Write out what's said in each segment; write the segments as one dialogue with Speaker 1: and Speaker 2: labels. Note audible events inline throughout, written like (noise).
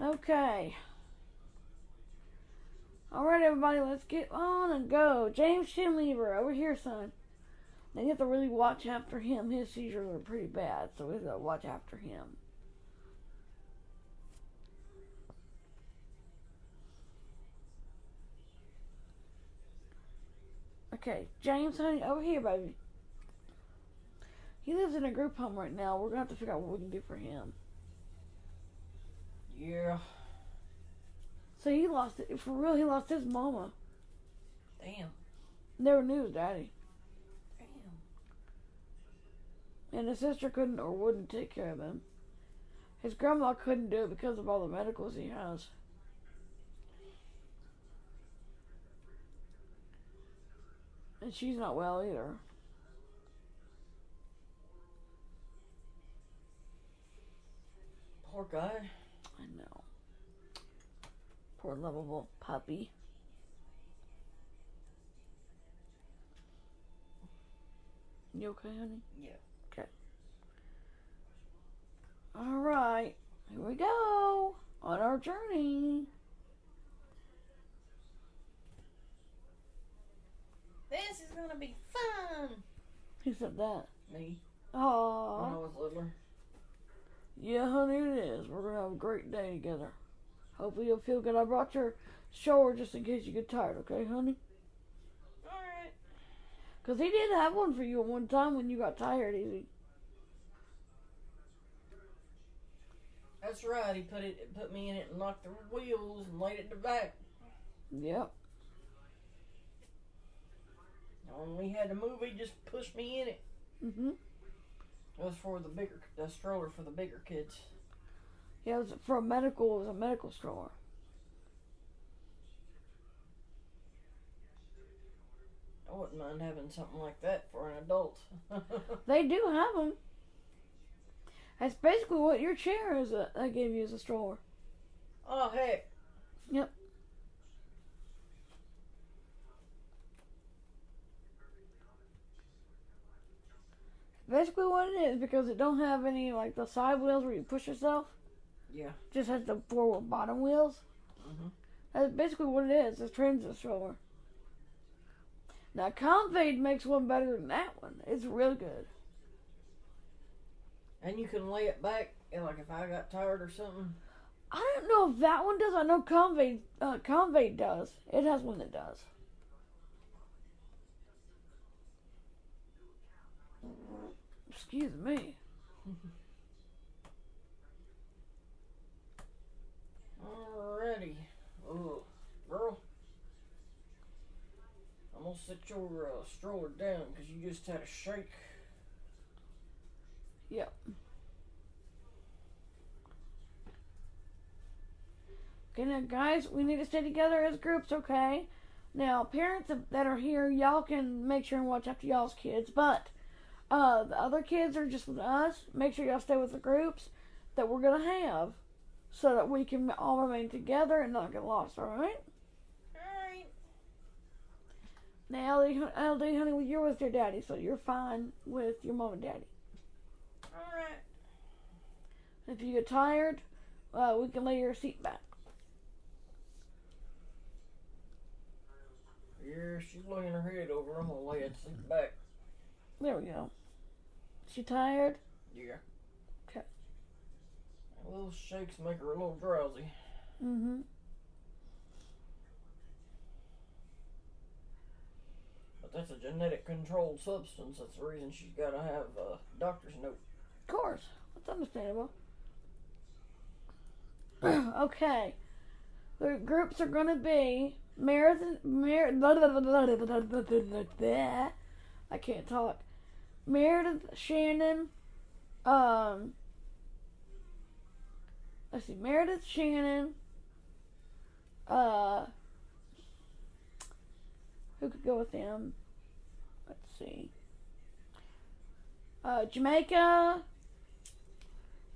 Speaker 1: Okay. Alright, everybody, let's get on and go. James Shinlever, over here, son. Now you have to really watch after him. His seizures are pretty bad, so we have to watch after him. Okay, James, honey, over here, baby. He lives in a group home right now. We're gonna have to figure out what we can do for him.
Speaker 2: Yeah.
Speaker 1: So he lost it. For real, he lost his mama.
Speaker 2: Damn.
Speaker 1: Never knew his daddy.
Speaker 2: Damn.
Speaker 1: And his sister couldn't or wouldn't take care of him. His grandma couldn't do it because of all the medicals he has. And she's not well either.
Speaker 2: Poor guy.
Speaker 1: I know. Poor lovable puppy. You okay, honey?
Speaker 2: Yeah.
Speaker 1: All right, here we go on our journey. (laughs)
Speaker 2: This is gonna be fun.
Speaker 1: Who said that?
Speaker 2: Me. When I
Speaker 1: Oh,
Speaker 2: was littler.
Speaker 1: yeah, honey, it is. We're gonna have a great day together. Hopefully, you'll feel good. I brought your shower just in case you get tired, okay, honey?
Speaker 2: Alright.
Speaker 1: Because he did have one for you at one time when you got tired, easy.
Speaker 2: That's right. He put it put me in it and locked the wheels and laid it in the back.
Speaker 1: Yep.
Speaker 2: And when we had to move, he just pushed me in it.
Speaker 1: hmm
Speaker 2: It was for the bigger the stroller for the bigger kids.
Speaker 1: Yeah, it was for a medical, it was a medical stroller.
Speaker 2: I wouldn't mind having something like that for an adult. (laughs)
Speaker 1: They do have them. That's basically what your chair is uh, that I gave you as a stroller.
Speaker 2: oh heck.
Speaker 1: Yep. Basically, what it is because it don't have any like the side wheels where you push yourself.
Speaker 2: Yeah.
Speaker 1: Just has the four bottom wheels.
Speaker 2: Mhm.
Speaker 1: That's basically what it is. It's a transit stroller. Now, Comfade makes one better than that one. It's real good.
Speaker 2: And you can lay it back. And like if I got tired or something.
Speaker 1: I don't know if that one does. I know Convey, uh, Convey does. It has one that does. Excuse me.
Speaker 2: Alrighty. Oh, girl. I'm gonna set your uh, stroller down because you just had a shake.
Speaker 1: Okay, now guys, we need to stay together as groups, okay? Now, parents that are here, y'all can make sure and watch after y'all's kids, but uh, the other kids are just with us. Make sure y'all stay with the groups that we're gonna have, so that we can all remain together and not get lost. All right?
Speaker 2: Alright.
Speaker 1: Now, LD, LD, honey, well, you're with your daddy, so you're fine with your mom and daddy.
Speaker 2: Alright.
Speaker 1: If you get tired, uh, we can lay your seat back.
Speaker 2: Yeah, she's laying her head over. I'm gonna lay it sleep back.
Speaker 1: There we go. She tired?
Speaker 2: Yeah.
Speaker 1: 'Kay.
Speaker 2: Little shakes make her a little drowsy.
Speaker 1: Mm-hmm.
Speaker 2: But that's a genetic controlled substance. That's the reason she's got to have a doctor's note.
Speaker 1: Of course. That's understandable. (clears throat) okay. The groups are going to be Marathon. Mar- I can't talk. Meredith, Shannon, um, let's see, Meredith, Shannon, uh, who could go with them? Let's see, uh, Jamaica,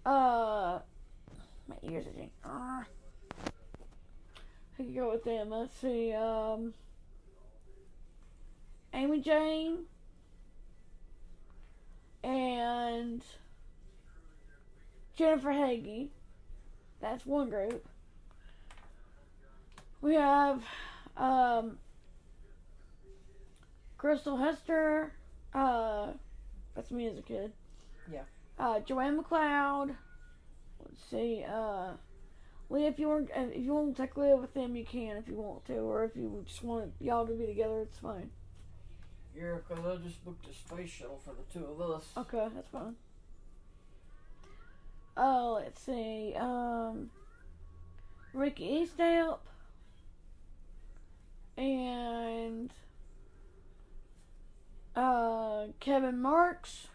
Speaker 1: uh, my ears are doing, ah. who could go with them? Let's see, um, Amy Jane, and Jennifer Hagee. That's one group. We have um, Crystal Hester. Uh, that's me as a kid.
Speaker 2: Yeah.
Speaker 1: Uh, Joanne McLeod. Let's see. Uh, Leah, if you want, if you want to take Leah with them, you can if you want to, or if you just want y'all to be together, it's fine.
Speaker 2: Yeah, 'cause I just booked a space shuttle for the two of us.
Speaker 1: Okay, that's fine. Oh, let's see. Um, Ricky Eastdale and uh, Kevin Marks,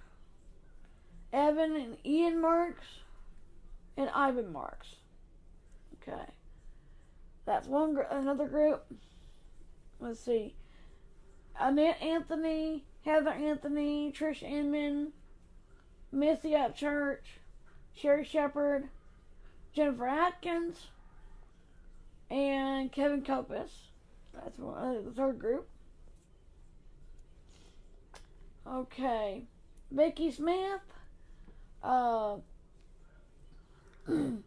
Speaker 1: Evan and Ian Marks, and Ivan Marks. Okay, that's one. Gr- another group. Let's see. Annette Anthony, Heather Anthony, Trish Inman, Missy Upchurch, Sherry Shepard, Jennifer Atkins, and Kevin Copus. That's one, uh, the third group. Okay, Vicky Smith, uh, (clears throat) the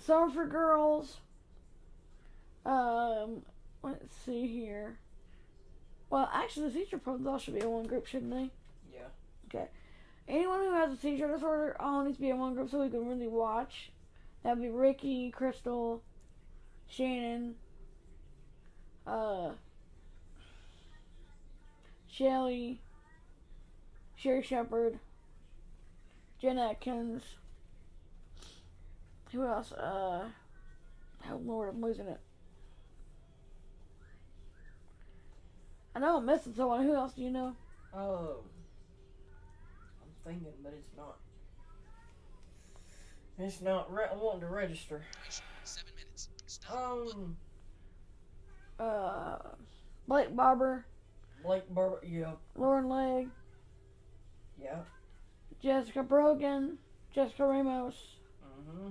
Speaker 1: Summerford Girls. Um, let's see here. Well, actually, the seizure problems all should be in one group, shouldn't they?
Speaker 2: Yeah.
Speaker 1: Anyone who has a seizure disorder all needs to be in one group so we can really watch. That'd be Ricky, Crystal, Shannon, uh, Shelly, Sherry Shepard, Jen Atkins. Who else? Uh, oh lord, I'm losing it. I know I'm missing someone. Who else do you know?
Speaker 2: Oh. I'm thinking, but it's not. It's not re- wanting to register.
Speaker 3: Seven minutes. Stop.
Speaker 2: Um,
Speaker 1: Uh, Blake Barber,
Speaker 2: Blake Bur- yeah,
Speaker 1: Lauren Legg.
Speaker 2: yeah.
Speaker 1: Jessica Brogan, Jessica Ramos.
Speaker 2: Mm-hmm.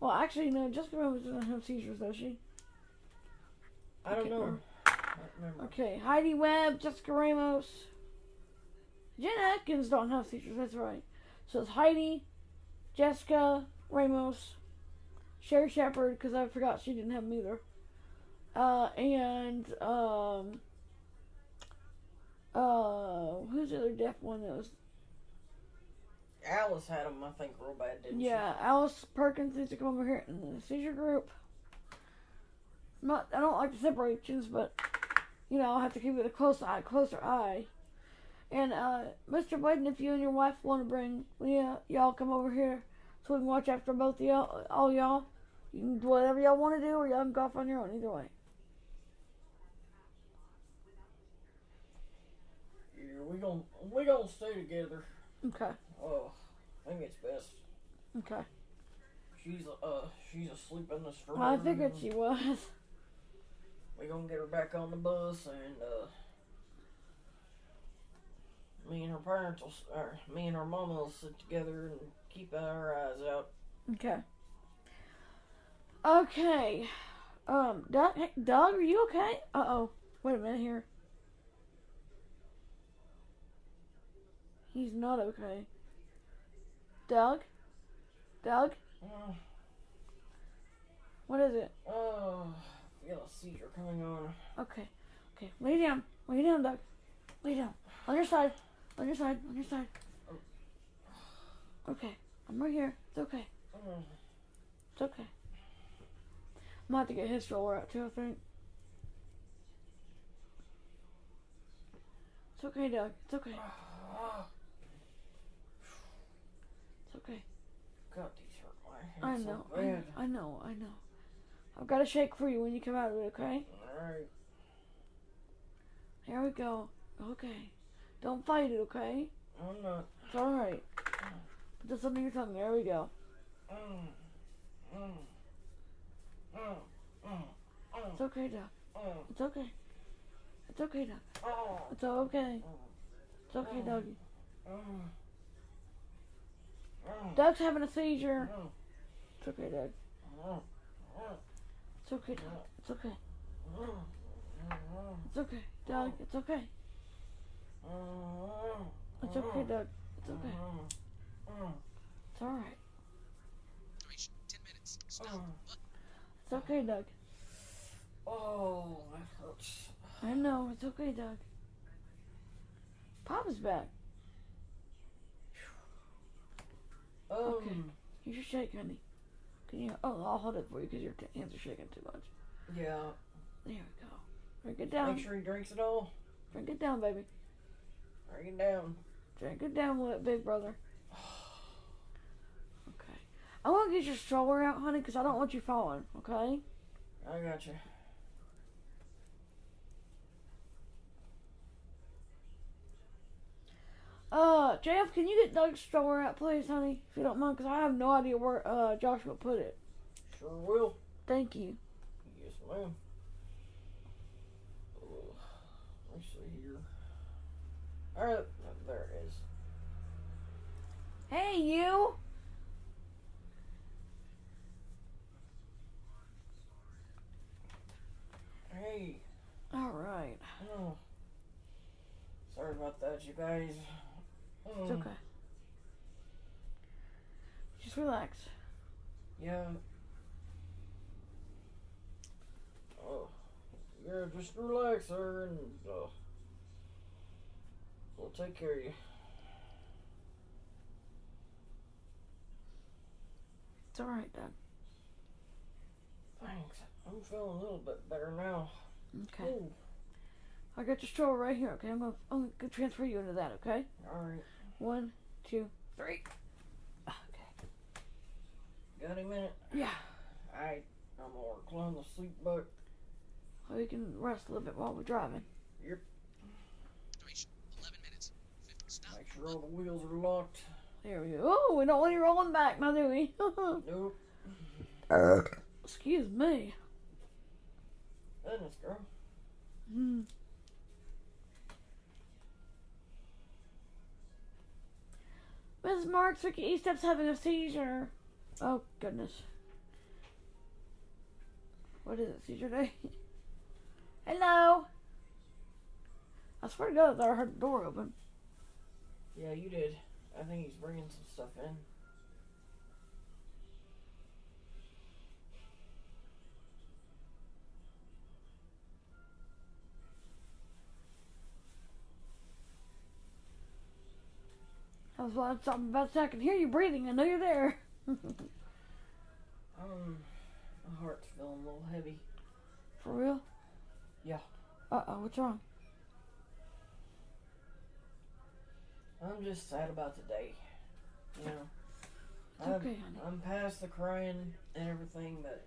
Speaker 1: Well, actually, no, Jessica Ramos doesn't have seizures, does she?
Speaker 2: I don't
Speaker 1: Okay.
Speaker 2: know. I don't remember.
Speaker 1: Okay, Heidi Webb, Jessica Ramos. Jen Atkins don't have seizures, that's right. So it's Heidi, Jessica, Ramos, Sherry Shepard, because I forgot she didn't have them either. Uh, and, um, uh, who's the other deaf one that was
Speaker 2: Alice had him, I think, real bad, didn't
Speaker 1: Yeah, Alice Perkins needs to come over here in the seizure group. Not, I don't like the separations, but you know, I'll have to keep it a close eye, closer eye. And uh, Mr. Bladen, if you and your wife want to bring Leah, y'all come over here so we can watch after both of y'all, all y'all. You can do whatever y'all want to do, or y'all can go off on your own. Either way.
Speaker 2: she? Yeah. We gonna we gonna stay together.
Speaker 1: Okay.
Speaker 2: Oh, I think it's best.
Speaker 1: Okay.
Speaker 2: She's uh she's asleep in the stroller.
Speaker 1: Well, I figured
Speaker 2: and
Speaker 1: she was.
Speaker 2: We gonna get her back on the bus and uh. Me and her parents will, s- or me and her mama will sit together and keep our eyes out.
Speaker 1: Okay. Okay. Um, Doug, hey, Doug, are you okay? Uh oh. Wait a minute here. He's not okay. Doug? Doug?
Speaker 2: Uh,
Speaker 1: What is it?
Speaker 2: oh, I feel a seizure coming on.
Speaker 1: Okay. Okay. Lay down. Lay down, Doug. Lay down. On your side. On your side. On your side. Okay. I'm right here. It's okay.
Speaker 2: Oh,
Speaker 1: It's okay. I'm about to get his roller out too, I think. It's okay, Doug. It's okay.
Speaker 2: ah,
Speaker 1: It's okay.
Speaker 2: (sighs) God, these hurt my
Speaker 1: I
Speaker 2: hands
Speaker 1: know.
Speaker 2: so
Speaker 1: I know.
Speaker 2: bad.
Speaker 1: I know. I know. I've got a shake for you when you come out of it, okay?
Speaker 2: All right.
Speaker 1: Here we go. Okay. Don't fight it, okay?
Speaker 2: I'm not.
Speaker 1: It's alright. Just under your tongue. There we go.
Speaker 2: Mm, mm, mm, mm, mm,
Speaker 1: It's okay, Doug.
Speaker 2: mm,
Speaker 1: It's okay. It's okay, Doug.
Speaker 2: oh,
Speaker 1: It's all okay. It's okay, Doug.
Speaker 2: mm, mm,
Speaker 1: Doug's having a seizure.
Speaker 2: mm,
Speaker 1: It's okay, Doug.
Speaker 2: mm,
Speaker 1: It's okay, Doug. It's okay.
Speaker 2: mm, mm,
Speaker 1: It's okay, Doug. It's okay.
Speaker 2: mm,
Speaker 1: It's okay,
Speaker 2: mm,
Speaker 1: Doug. It's okay.
Speaker 2: mm, mm,
Speaker 1: It's alright.
Speaker 3: Duration. Ten minutes. Stop.
Speaker 2: mm.
Speaker 1: It's okay, Doug.
Speaker 2: Oh, that hurts.
Speaker 1: I know, it's okay, Doug. Papa's back.
Speaker 2: Um,
Speaker 1: Okay. You should shake, honey. Can you? Oh, I'll hold it for you because your t- hands are shaking too much.
Speaker 2: Yeah.
Speaker 1: There we go. Drink it down.
Speaker 2: Make sure he drinks it all.
Speaker 1: Drink it down, baby.
Speaker 2: Bring it down. (sighs)
Speaker 1: Drink it down with it, big brother. Okay. I want to get your stroller out, honey, because I don't want you falling, okay?
Speaker 2: I got you.
Speaker 1: Uh, JF, can you get Doug's stroller out, please, honey, if you don't mind, because I have no idea where uh, Joshua put it.
Speaker 2: Sure will.
Speaker 1: Thank you.
Speaker 2: Yes, ma'am. Oh, let me see here. All right, Oh, there it is.
Speaker 1: Hey, you!
Speaker 2: Hey.
Speaker 1: All right.
Speaker 2: Oh. Sorry about that, you guys.
Speaker 1: It's
Speaker 2: Mm,
Speaker 1: okay. Just relax.
Speaker 2: Yeah. Oh. Yeah, just relax, sir, and uh, we'll take care of you.
Speaker 1: It's all right, Doug.
Speaker 2: Thanks. I'm feeling a little bit better now.
Speaker 1: Okay.
Speaker 2: Ooh,
Speaker 1: I got your stroller right here, okay? I'm going I'm to transfer you into that, okay?
Speaker 2: all right.
Speaker 1: One, two, three. Ah, Okay.
Speaker 2: Got a minute?
Speaker 1: Yeah.
Speaker 2: I I'm gonna recline the sleep back.
Speaker 1: Well, we can rest a little bit while we're driving.
Speaker 3: Duration 11 minutes. 50. Stop.
Speaker 2: Make sure all the wheels are locked.
Speaker 1: There we go. Oh, we don't want you rolling back now, do we?
Speaker 2: Nope.
Speaker 1: (laughs) Excuse me.
Speaker 2: Goodness, girl.
Speaker 1: Hmm. Miss Marks, Ricky Eastup's having a seizure. Oh, goodness. What is it, seizure day? (laughs) Hello? I swear to God, I thought I heard the door open.
Speaker 2: Yeah, you did. I think he's bringing some stuff in.
Speaker 1: I was like, something about so I can hear you breathing. I know you're there. (laughs)
Speaker 2: Um, my heart's feeling a little heavy.
Speaker 1: For real?
Speaker 2: Yeah.
Speaker 1: Uh oh, what's wrong?
Speaker 2: I'm just sad about today. You know,
Speaker 1: It's
Speaker 2: I'm,
Speaker 1: okay, honey.
Speaker 2: I'm past the crying and everything, but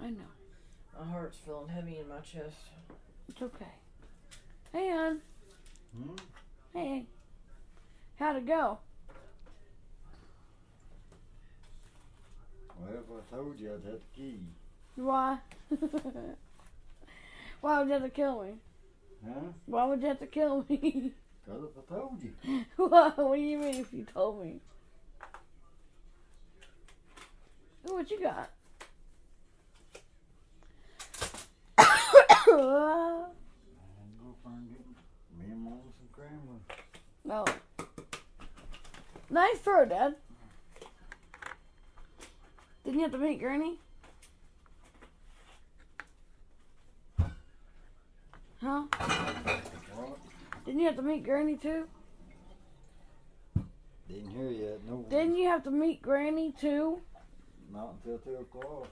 Speaker 1: I know.
Speaker 2: my heart's feeling heavy in my chest.
Speaker 1: It's okay. Hey, hon.
Speaker 4: Hmm?
Speaker 1: Hey. How'd it go?
Speaker 4: Well, if I told you I'd had the key,
Speaker 1: Why? (laughs) Why would you have to kill me?
Speaker 4: huh?
Speaker 1: Why would you have to kill me? (laughs)
Speaker 4: Because if I told you,
Speaker 1: what, what do you mean if you told me? Ooh, what you got? (coughs) no.
Speaker 4: I'm going to find it. Me and Mama some cranberry.
Speaker 1: Nice throw, Dad. Didn't you have to meet Granny? Huh?
Speaker 4: What?
Speaker 1: Didn't you have to meet Granny too?
Speaker 4: Didn't hear yet. No.
Speaker 1: Didn't you have to meet Granny too?
Speaker 4: Not until 2 o'clock.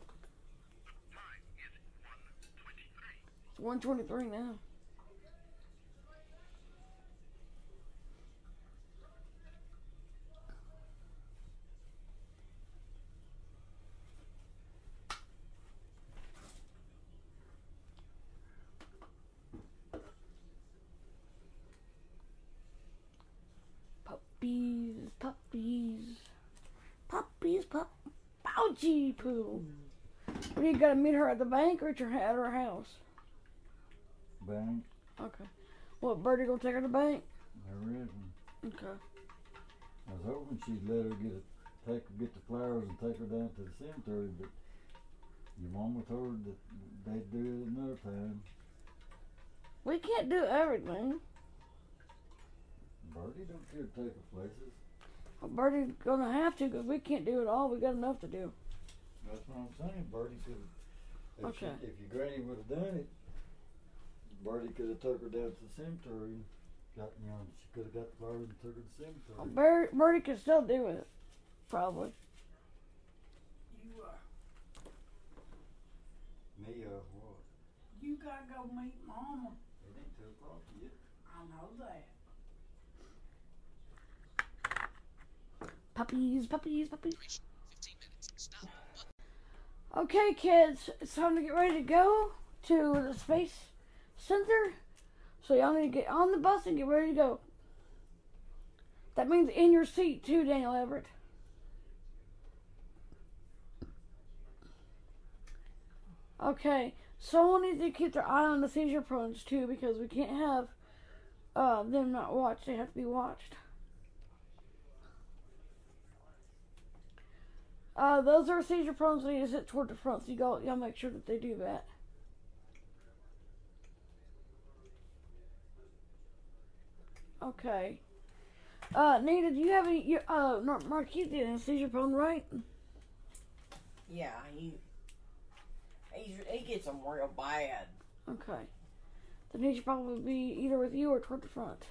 Speaker 1: It's 123 now. Puppies, puppies, puppies, pup, pouchy poo. What, you gotta meet her at the bank or at, your, at her house?
Speaker 4: Bang.
Speaker 1: Okay. What, Birdie gonna take her to the bank?
Speaker 4: There isn't.
Speaker 1: Okay.
Speaker 4: I was hoping she'd let her get a, take her, get the flowers and take her down to the cemetery, but your mama told her that they'd do it another time.
Speaker 1: We can't do everything.
Speaker 4: Bertie don't care to take her places.
Speaker 1: Well, Birdie's gonna have to because we can't do it all. We got enough to do.
Speaker 4: That's what I'm saying. Bertie could If
Speaker 1: Okay.
Speaker 4: She, if your granny would have done it, Bertie could have took her down to the cemetery. and Got you know she could have got the flowers and took her to the cemetery.
Speaker 1: Well, Bert, Bertie could still do it, probably.
Speaker 5: You uh,
Speaker 4: Me uh, what?
Speaker 5: you gotta go meet Mama.
Speaker 4: It ain't two o'clock yet.
Speaker 5: I know that.
Speaker 1: Puppies, puppies, puppies.
Speaker 3: Duration 15 minutes. Stop. Button.
Speaker 1: Okay, kids, it's time to get ready to go to the space center. So y'all need to get on the bus and get ready to go. That means in your seat too, Daniel Everett. Okay, someone needs to keep their eye on the seizure prones too, because we can't have uh, them not watched. They have to be watched. Uh, those are seizure prones that need to sit toward the front, so you go, y'all make sure that they do that. Okay. Uh, Nita, do you have any, you, uh, Mar- Marquis did a seizure prone, right?
Speaker 2: Yeah, he he's, he gets them real bad.
Speaker 1: Okay. Then he should probably be either with you or toward the front.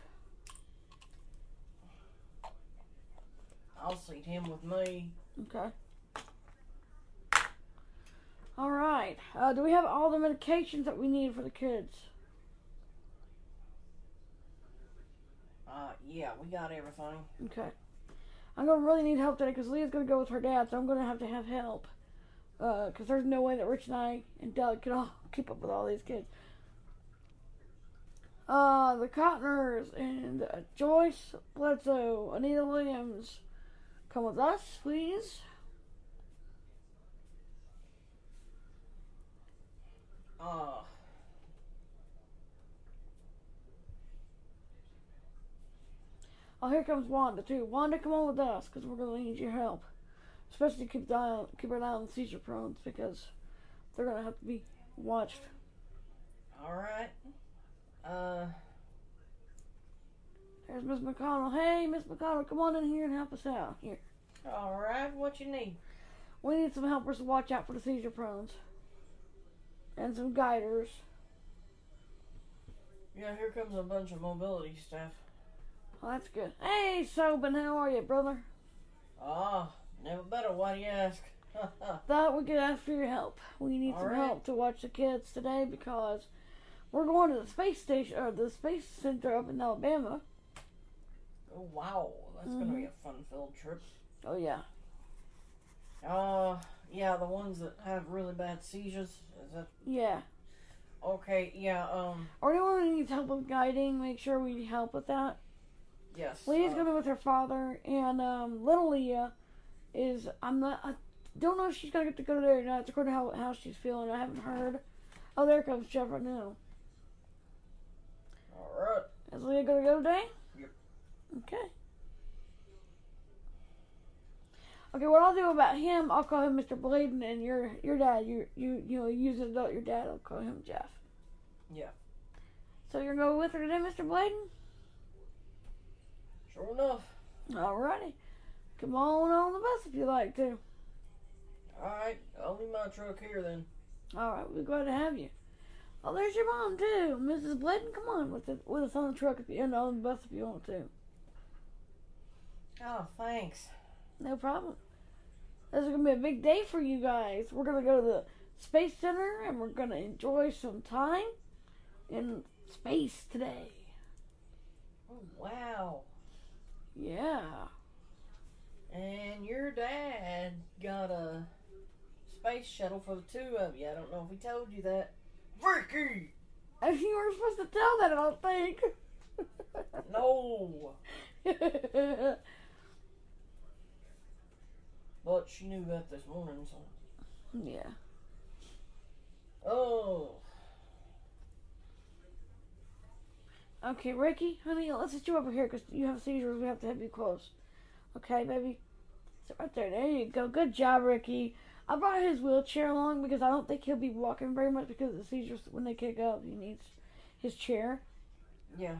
Speaker 2: I'll seat him with me.
Speaker 1: Okay. All right. Uh, do we have all the medications that we need for the kids?
Speaker 2: Uh, yeah, we got everything.
Speaker 1: Okay. I'm gonna really need help today because Leah's gonna go with her dad, so I'm gonna have to have help. Uh, 'cause there's no way that Rich and I and Doug can all (laughs) keep up with all these kids. Uh, the Cottoners and uh, Joyce Bledsoe, Anita Williams, come with us, please.
Speaker 2: Uh,
Speaker 1: Oh, here comes Wanda too. Wanda, come on with us, cause we're gonna need your help, especially keep an eye on, keep an eye on the seizure prones because they're gonna have to be watched.
Speaker 2: all right. Uh,
Speaker 1: There's Miss McConnell. Hey, Miss McConnell, come on in here and help us out here.
Speaker 2: all right. What you need?
Speaker 1: We need some helpers to watch out for the seizure prones. And some guiders.
Speaker 2: Yeah, here comes a bunch of mobility stuff.
Speaker 1: Well, that's good. Hey, Sobin, how are you, brother?
Speaker 2: Ah, never better. Why do you ask? (laughs)
Speaker 1: Thought we could ask for your help. We need some
Speaker 2: All right.
Speaker 1: help to watch the kids today because we're going to the space station or the space center up in Alabama.
Speaker 2: Oh, wow, that's gonna be a fun-filled trip.
Speaker 1: Oh yeah.
Speaker 2: Uh, yeah, the ones that have really bad seizures. Is that
Speaker 1: Yeah.
Speaker 2: okay? Yeah. Um.
Speaker 1: Or anyone who needs help with guiding, make sure we help with that.
Speaker 2: Yes.
Speaker 1: Leah's
Speaker 2: uh,
Speaker 1: gonna with her father, and um, little Leah is. I'm not. I don't know if she's gonna get to go there or not. It's according to how, how she's feeling. I haven't heard. Oh, there comes Jeff right now.
Speaker 2: All right.
Speaker 1: Is Leah gonna go today?
Speaker 2: Yep.
Speaker 1: Okay. Okay. What I'll do about him, I'll call him Mr. Bladen, and your your dad. You you you know, use an adult. Your dad, I'll call him Jeff.
Speaker 2: Yeah.
Speaker 1: So you're going with her today, Mr. Bladen?
Speaker 2: Sure enough.
Speaker 1: Alrighty. Come on on the bus if you like to.
Speaker 2: All right. I'll leave my truck here then.
Speaker 1: All right, we're glad to have you. Oh, there's your mom too, Mrs. Bladen. Come on with it, with us on the truck if you and on the bus if you want to.
Speaker 2: Oh, thanks.
Speaker 1: No problem. This is gonna be a big day for you guys. We're gonna go to the space center and we're gonna enjoy some time in space today.
Speaker 2: Oh, wow.
Speaker 1: Yeah. (laughs)
Speaker 2: And your dad got a space shuttle for the two of you. I don't know if he told you that. Ricky.
Speaker 1: If you were supposed to tell that, I don't think.
Speaker 2: No. But she knew that this morning. So.
Speaker 1: (laughs) yeah.
Speaker 2: Oh.
Speaker 1: Okay, Ricky, honey, let's sit you over here because you have seizures. We have to have you close. Okay, baby? Sit right there. There you go. Good job, Ricky. I brought his wheelchair along because I don't think he'll be walking very much because of the seizures when they kick up. He needs his chair.
Speaker 2: Yeah.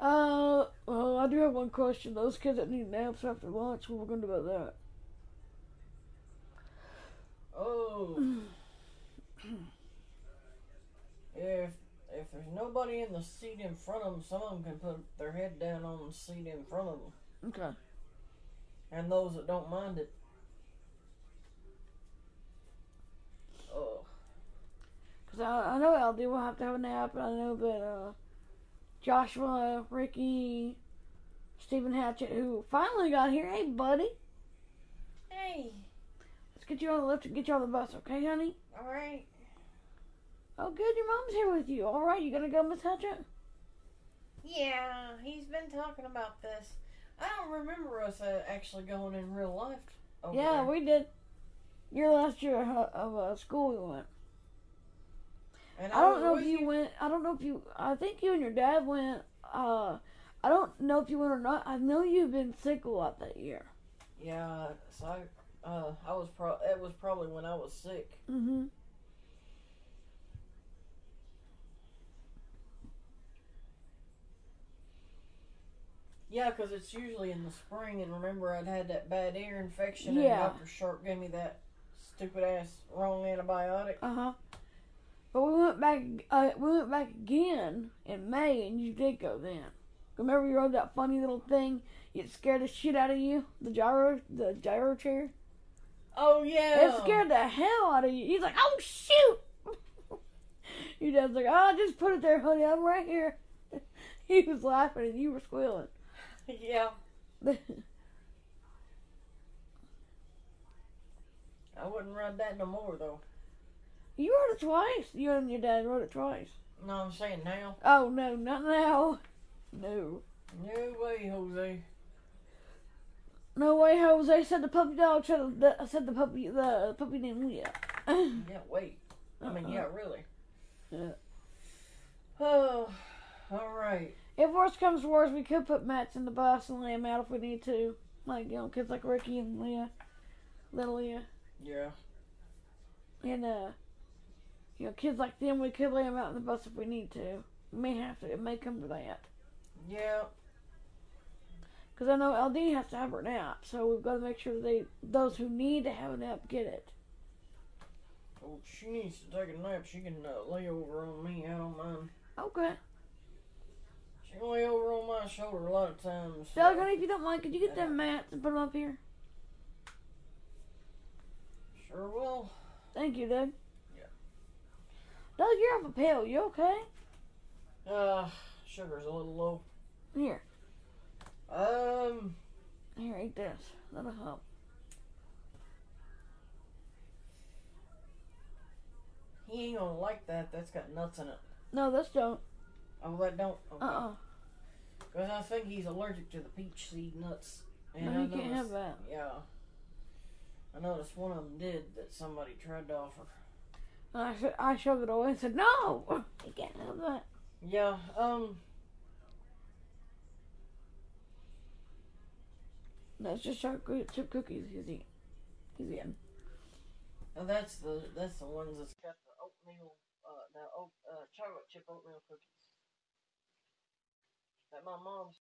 Speaker 1: Uh, well, I do have one question. Those kids that need naps after lunch, what we're going to do about
Speaker 2: Oh.
Speaker 1: that?
Speaker 2: be in the seat in front of them. Some of them can put their head down on the seat in front of them,
Speaker 1: Okay.
Speaker 2: and those that don't mind it. Oh,
Speaker 1: Because I, I know LD will have to have a nap. I know that uh, Joshua, Ricky, Stephen Hatchett, who finally got here. Hey, buddy.
Speaker 2: hey,
Speaker 1: Let's get you on the lift and get you on the bus, okay, honey?
Speaker 2: all right.
Speaker 1: Oh, good. Your mom's here with you. All right. You going to go, Miss Hatchett?
Speaker 2: Yeah, he's been talking about this. I don't remember us uh, actually going in real life.
Speaker 1: Oh,
Speaker 2: Over
Speaker 1: yeah,
Speaker 2: there.
Speaker 1: we did. Your last year of, of uh, school, we went.
Speaker 2: And
Speaker 1: I don't
Speaker 2: was
Speaker 1: know
Speaker 2: with
Speaker 1: if you went. I don't know if you. I think you and your dad went. Uh, I don't know if you went or not. I know you've been sick a lot that year.
Speaker 2: Yeah, so I, uh, I was pro. It was probably when I was sick.
Speaker 1: Mm-hmm.
Speaker 2: Yeah, because it's usually in the spring, and remember I'd had that bad ear infection,
Speaker 1: Yeah.
Speaker 2: and Doctor Sharp gave me that stupid ass wrong antibiotic.
Speaker 1: Uh huh. But we went back. Uh, we went back again in May, and you did go then. Remember you rode that funny little thing? It scared the shit out of you. The gyro, the gyro chair.
Speaker 2: Oh yeah,
Speaker 1: It scared the hell out of you. He's like, "Oh shoot!" (laughs) your dad's like, "Oh, just put it there, honey. I'm right here." (laughs) he was laughing, and you were squealing.
Speaker 2: (laughs)
Speaker 1: (laughs)
Speaker 2: Yeah, I wouldn't ride that no more though.
Speaker 1: You wrote it twice. You and your dad wrote it twice.
Speaker 2: No, I'm saying now.
Speaker 1: Oh no, not now. No.
Speaker 2: No way, Jose.
Speaker 1: No way, Jose said the puppy dog said the, said the puppy the puppy named Leah.
Speaker 2: Yeah, wait. I mean, yeah, really.
Speaker 1: Uh-uh. Yeah.
Speaker 2: Oh, (sighs) all right.
Speaker 1: (laughs) If worse comes to worse, we could put Matt's in the bus and lay him out if we need to. Like you know, kids like Ricky and Leah, little Leah,
Speaker 2: Yeah.
Speaker 1: and uh, you know, kids like them, we could lay them out in the bus if we need to. We may have to. It may come to that.
Speaker 2: Yeah.
Speaker 1: Because I know LD has to have her nap, so we've got to make sure that they, those who need to have a nap get it.
Speaker 2: Well, she needs to take a nap. She can uh, lay over on me. I don't mind.
Speaker 1: Okay.
Speaker 2: She can lay over on my shoulder a lot of times.
Speaker 1: Doug, honey, if you don't mind, could you get them mats and put them up here?
Speaker 2: Sure will.
Speaker 1: Thank you, Doug.
Speaker 2: Yeah.
Speaker 1: Doug, you're off a pill. You okay?
Speaker 2: Uh, sugar's a little low.
Speaker 1: Here.
Speaker 2: Um,
Speaker 1: Here, eat this. That'll help.
Speaker 2: he ain't gonna like that. That's got nuts in it.
Speaker 1: No, this don't.
Speaker 2: Oh, that don't. Okay.
Speaker 1: Uh-uh.
Speaker 2: Because I think he's allergic to the peach seed nuts.
Speaker 1: No,
Speaker 2: I
Speaker 1: you can't have
Speaker 2: noticed-
Speaker 1: that.
Speaker 2: Yeah. I noticed one of them did that somebody tried to offer.
Speaker 1: And I, sho- I shoved it away and said, no! (laughs) You can't have that.
Speaker 2: Yeah, um,
Speaker 1: No, it's just our coo- two cookies he's eating. He's eating.
Speaker 2: And that's the that's the ones that's got the oatmeal, uh, the oat, uh, chocolate chip oatmeal cookies that my mom's.